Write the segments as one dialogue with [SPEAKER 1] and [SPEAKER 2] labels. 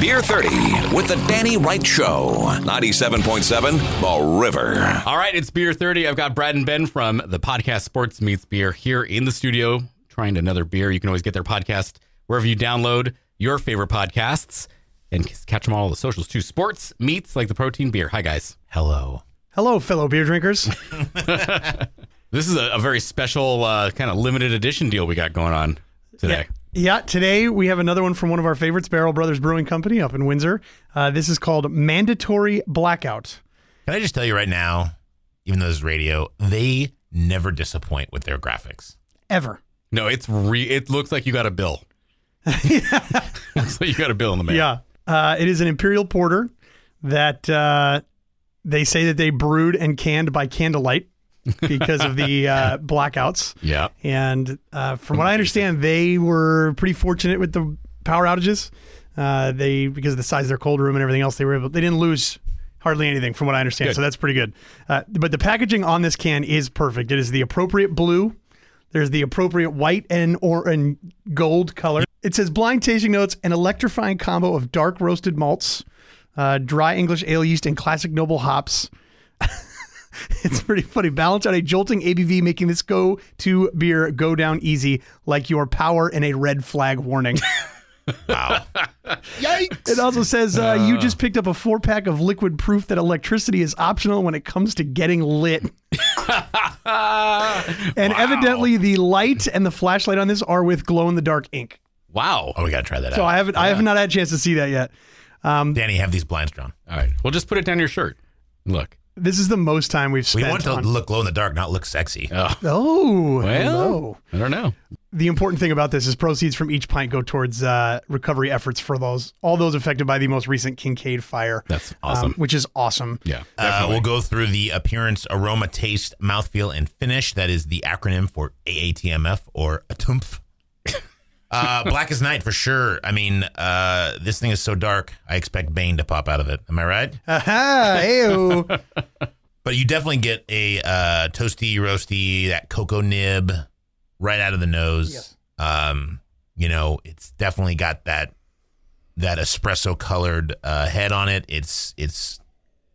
[SPEAKER 1] Beer 30 with the Danny Wright Show. 97.7 The River.
[SPEAKER 2] All right, it's Beer 30. I've got Brad and Ben from the podcast Sports Meets Beer here in the studio trying another beer. You can always get their podcast wherever you download your favorite podcasts and c- catch them all on the socials too. Sports Meets like the protein beer. Hi, guys. Hello.
[SPEAKER 3] Hello, fellow beer drinkers.
[SPEAKER 2] This is a, a very special uh, kind of limited edition deal we got going on today.
[SPEAKER 3] yeah, today we have another one from one of our favorites, Barrel Brothers Brewing Company up in Windsor. Uh, this is called Mandatory Blackout.
[SPEAKER 4] Can I just tell you right now, even though this is radio, they never disappoint with their graphics.
[SPEAKER 3] Ever.
[SPEAKER 2] No, it's re- it looks like you got a bill. looks like you got a bill in the mail.
[SPEAKER 3] Yeah. Uh, it is an Imperial Porter that uh, they say that they brewed and canned by candlelight because of the uh, blackouts.
[SPEAKER 2] Yeah.
[SPEAKER 3] And uh, from what I understand, they were pretty fortunate with the power outages. Uh, they because of the size of their cold room and everything else, they were able. They didn't lose hardly anything, from what I understand.
[SPEAKER 2] Good.
[SPEAKER 3] So that's pretty good. Uh, but the packaging on this can is perfect. It is the appropriate blue. There's the appropriate white and or and gold color. It says blind tasting notes, an electrifying combo of dark roasted malts, uh, dry English ale yeast, and classic noble hops. It's pretty funny. Balance on a jolting ABV, making this go to beer go down easy, like your power in a red flag warning.
[SPEAKER 4] Wow.
[SPEAKER 3] It also says uh, you just picked up a four pack of liquid proof that electricity is optional when it comes to getting lit. and evidently, the light and the flashlight on this are with glow in the dark ink.
[SPEAKER 2] Wow.
[SPEAKER 4] oh, we gotta try that
[SPEAKER 3] So
[SPEAKER 4] out.
[SPEAKER 3] I haven't, I have not had a chance to see that yet.
[SPEAKER 4] Danny, have these blinds drawn.
[SPEAKER 2] All right. Well, just put it down your shirt. Look.
[SPEAKER 3] This is the most time we've
[SPEAKER 4] We
[SPEAKER 3] spent.
[SPEAKER 4] want to
[SPEAKER 3] on-
[SPEAKER 4] look glow in the dark, not look sexy.
[SPEAKER 3] Oh, hello.
[SPEAKER 2] Well, I don't know.
[SPEAKER 3] the important thing about this is proceeds from each pint go towards uh, recovery efforts for those all those affected by the most recent Kincaid fire.
[SPEAKER 2] That's
[SPEAKER 3] um,
[SPEAKER 2] awesome.
[SPEAKER 3] which is awesome.
[SPEAKER 2] yeah.
[SPEAKER 4] Uh, we'll go through the appearance, aroma, taste, mouthfeel, and finish. That is the acronym for AATMF or ATUMF. Uh, black as night for sure. I mean, uh, this thing is so dark. I expect Bane to pop out of it. Am I right?
[SPEAKER 3] Aha, ew.
[SPEAKER 4] But you definitely get a uh, toasty, roasty, that cocoa nib right out of the nose.
[SPEAKER 3] Yes.
[SPEAKER 4] Um, you know, it's definitely got that that espresso colored uh, head on it. It's it's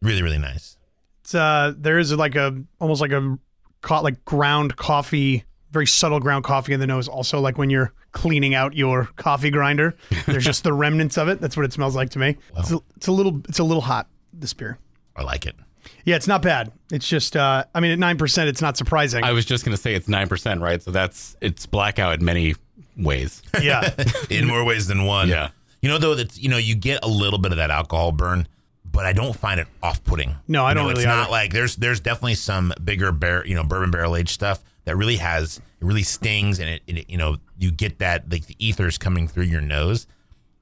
[SPEAKER 4] really really nice.
[SPEAKER 3] It's, uh, there is like a almost like a co- like ground coffee, very subtle ground coffee in the nose. Also, like when you're cleaning out your coffee grinder, there's just the remnants of it. That's what it smells like to me. It's, a, it's a little it's a little hot this beer.
[SPEAKER 4] I like it.
[SPEAKER 3] Yeah, it's not bad. It's just uh, I mean at nine percent, it's not surprising.
[SPEAKER 2] I was just going to say it's 9%, right? So that's it's blackout in many ways.
[SPEAKER 3] yeah,
[SPEAKER 4] in more ways than one.
[SPEAKER 2] Yeah.
[SPEAKER 4] You know though that's you know you get a little bit of that alcohol burn, but I don't find it off-putting.
[SPEAKER 3] No, I
[SPEAKER 4] You
[SPEAKER 3] don't
[SPEAKER 4] know,
[SPEAKER 3] really
[SPEAKER 4] It's not
[SPEAKER 3] either.
[SPEAKER 4] like there's there's definitely some bigger bar, you know bourbon barrel aged stuff that really has it really stings and it, and it you know you get that like the ethers coming through your nose.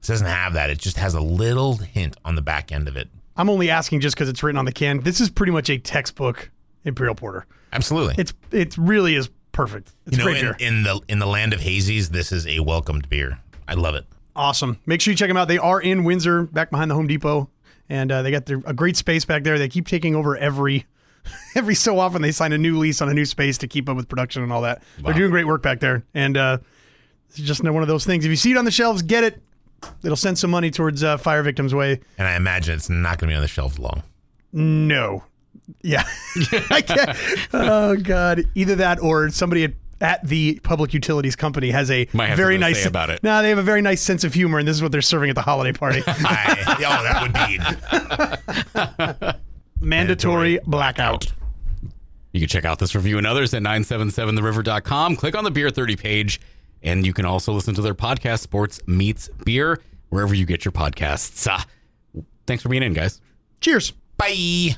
[SPEAKER 4] This doesn't have that. It just has a little hint on the back end of it.
[SPEAKER 3] I'm only asking just because it's written on the can. This is pretty much a textbook Imperial Porter.
[SPEAKER 4] Absolutely.
[SPEAKER 3] It's it really is perfect. It's
[SPEAKER 4] you know
[SPEAKER 3] great
[SPEAKER 4] in,
[SPEAKER 3] beer.
[SPEAKER 4] in the in the land of hazies, this is a welcomed beer. I love it.
[SPEAKER 3] awesome. Make sure you check them out. They are in Windsor, back behind the Home Depot, and uh, they got their, a great space back there. They keep taking over every every so often. They sign a new lease on a new space to keep up with production and all that. They're doing great work back there, and uh, it's just one of those things. If you see it on the shelves, get it. It'll send some money towards uh, fire victims' way.
[SPEAKER 4] And I imagine it's not going to be on the shelves long.
[SPEAKER 3] No. Yeah. I can't. Oh God. Either that or somebody at, at the public utilities company has a
[SPEAKER 2] Might have
[SPEAKER 3] very
[SPEAKER 2] something to
[SPEAKER 3] nice
[SPEAKER 2] say about it.
[SPEAKER 3] No, they have a very nice sense of humor, and this is what they're serving at the holiday party.
[SPEAKER 4] I, oh, that would be
[SPEAKER 3] Mandatory blackout.
[SPEAKER 2] You can check out this review and others at 977theriver.com. Click on the Beer 30 page, and you can also listen to their podcast, Sports Meets Beer, wherever you get your podcasts. Ah, thanks for being in, guys.
[SPEAKER 3] Cheers.
[SPEAKER 4] bye.